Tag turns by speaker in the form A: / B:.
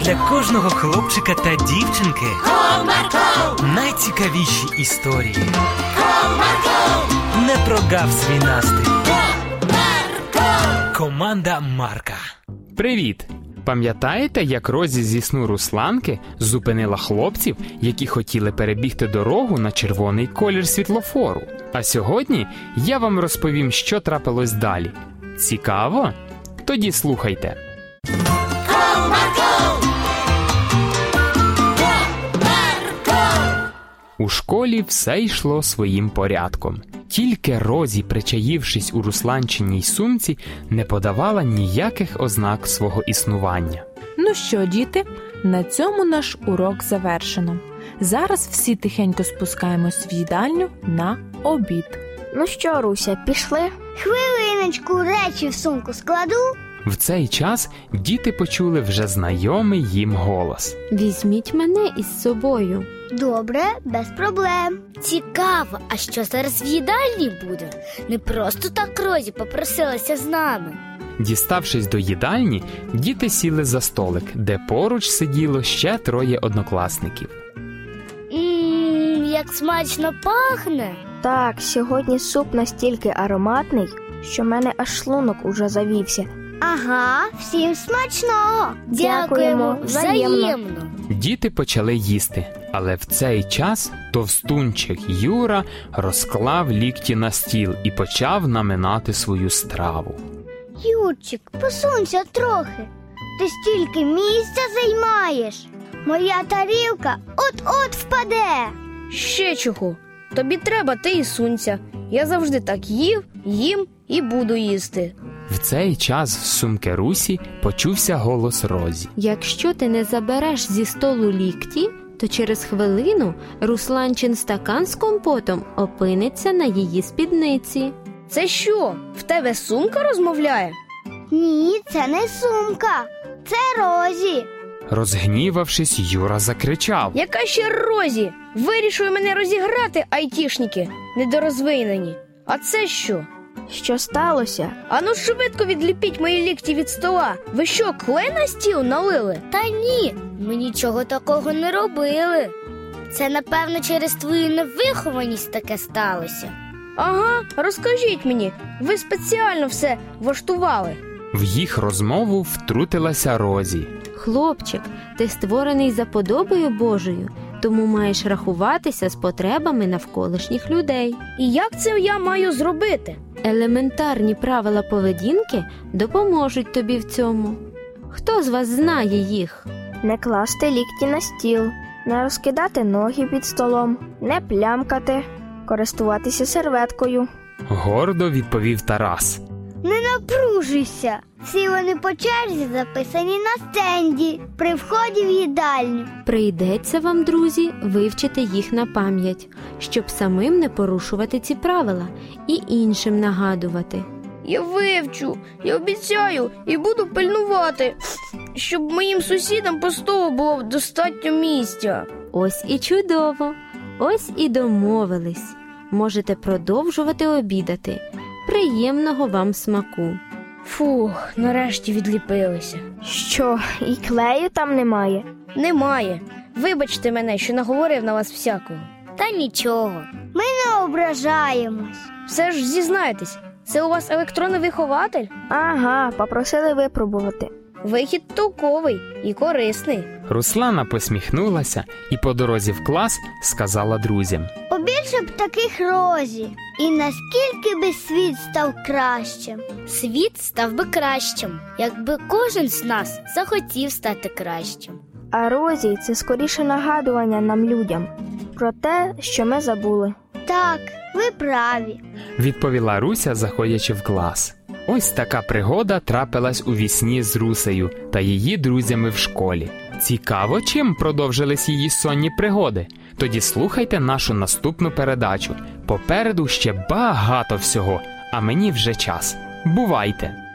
A: для кожного хлопчика та дівчинки
B: Comarco,
A: найцікавіші історії.
B: Comarco,
A: Не прогав свій настрій.
B: Comarco,
A: Команда Марка.
C: Привіт! Пам'ятаєте, як Розі зі сну Русланки зупинила хлопців, які хотіли перебігти дорогу на червоний колір світлофору? А сьогодні я вам розповім, що трапилось далі. Цікаво? Тоді слухайте.
B: Comarco,
C: У школі все йшло своїм порядком. Тільки Розі, причаївшись у Русланчиній сумці, не подавала ніяких ознак свого існування.
D: Ну що, діти, на цьому наш урок завершено. Зараз всі тихенько спускаємось в їдальню на обід.
E: Ну що, Руся, пішли?
F: Хвилиночку речі в сумку складу.
C: В цей час діти почули вже знайомий їм голос.
E: Візьміть мене із собою.
F: Добре, без проблем.
G: Цікаво, а що зараз в їдальні буде? Не просто так Розі попросилася з нами.
C: Діставшись до їдальні, діти сіли за столик, де поруч сиділо ще троє однокласників.
G: Ммм, як смачно пахне.
E: Так, сьогодні суп настільки ароматний, що в мене аж шлунок уже завівся.
F: Ага, всім смачного.
E: Дякуємо. Взаємно.
G: взаємно.
C: Діти почали їсти, але в цей час товстунчик Юра розклав лікті на стіл і почав наминати свою страву.
F: Юрчик, посунься трохи. Ти стільки місця займаєш. Моя тарілка от-от впаде.
H: Ще чого? Тобі треба, ти і сунься. Я завжди так їв, їм і буду їсти.
C: В цей час з сумки Русі почувся голос Розі.
I: Якщо ти не забереш зі столу лікті, то через хвилину Русланчин стакан з компотом опиниться на її спідниці.
H: Це що? В тебе сумка розмовляє?
F: Ні, це не сумка, це Розі.
C: Розгнівавшись, Юра закричав.
H: Яка ще розі? Вирішує мене розіграти, айтішники, недорозвинені. А це що?
E: Що сталося?
H: Ану швидко відліпіть мої лікті від стола. Ви що, клей на стіл налили?
G: Та ні, ми нічого такого не робили. Це, напевно, через твою невихованість таке сталося.
H: Ага, розкажіть мені, ви спеціально все влаштували.
C: В їх розмову втрутилася Розі.
I: Хлопчик, ти створений за подобою Божою, тому маєш рахуватися з потребами навколишніх людей.
H: І як це я маю зробити?
I: Елементарні правила поведінки допоможуть тобі в цьому. Хто з вас знає їх?
E: Не класти лікті на стіл, не розкидати ноги під столом, не плямкати, користуватися серветкою.
C: Гордо відповів Тарас.
F: Не напружуйся. Всі вони по черзі записані на стенді при вході в їдальню.
I: Прийдеться вам, друзі, вивчити їх на пам'ять, щоб самим не порушувати ці правила і іншим нагадувати.
H: Я вивчу, я обіцяю, і буду пильнувати, щоб моїм сусідам по столу було достатньо місця.
I: Ось і чудово, ось і домовились. Можете продовжувати обідати. Приємного вам смаку.
H: Фух, нарешті відліпилися.
E: Що, і клею там немає?
H: Немає. Вибачте мене, що наговорив на вас всякого.
G: Та нічого.
F: Ми не ображаємось.
H: Все ж зізнайтесь, це у вас електронний вихователь?
E: Ага, попросили випробувати.
H: Вихід толковий і корисний.
C: Руслана посміхнулася і по дорозі в клас сказала друзям.
F: Побільше б таких розі. І наскільки би світ став кращим.
G: Світ став би кращим, якби кожен з нас захотів стати кращим.
E: А розій це скоріше нагадування нам людям про те, що ми забули.
F: Так, ви праві.
C: відповіла Руся, заходячи в клас. Ось така пригода трапилась у вісні з Русею та її друзями в школі. Цікаво, чим продовжились її сонні пригоди. Тоді слухайте нашу наступну передачу. Попереду ще багато всього, а мені вже час. Бувайте!